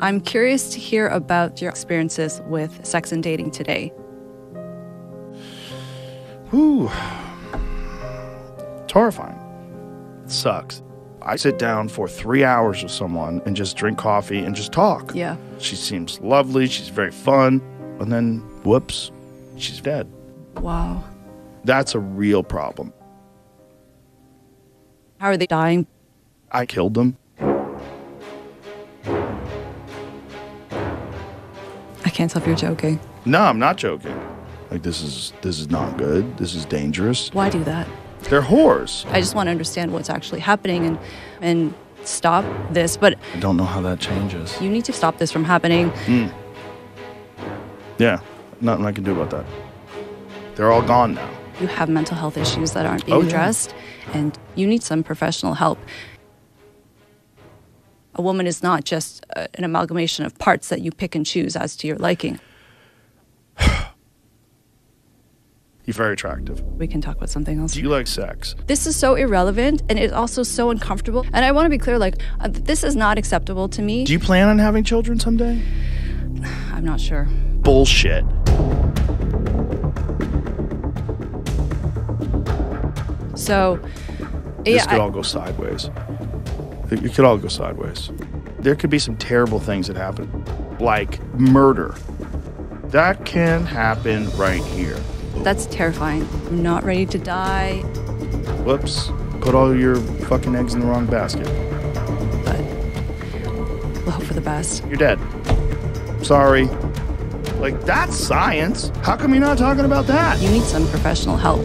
I'm curious to hear about your experiences with sex and dating today. Whew. Horrifying. It sucks. I sit down for three hours with someone and just drink coffee and just talk. Yeah. She seems lovely. She's very fun. And then, whoops, she's dead. Wow. That's a real problem. How are they dying? I killed them. I can't tell if you're joking. No, I'm not joking. Like this is this is not good. This is dangerous. Why do that? They're whores. I just want to understand what's actually happening and and stop this. But I don't know how that changes. you need to stop this from happening. Yeah, nothing I can do about that. They're all gone now. You have mental health issues that aren't being Oh, yeah. addressed, and you need some professional help. A woman is not just uh, an amalgamation of parts that you pick and choose as to your liking. You're very attractive. We can talk about something else. Do you like sex? this is so irrelevant and it's also so uncomfortable. And I want to be clear like, uh, this is not acceptable to me. Do you plan on having children someday? I'm not sure. Bullshit. So, This yeah, could I- all go sideways. It it could all go sideways. There could be some terrible things that happen, like murder. That can happen right here. that's terrifying. I'm not ready to die, Whoops. Put all your fucking eggs in the wrong basket. but we'll hope for the best. You're dead. Sorry. Like, that's science. How come you're not talking about that? You need some professional help.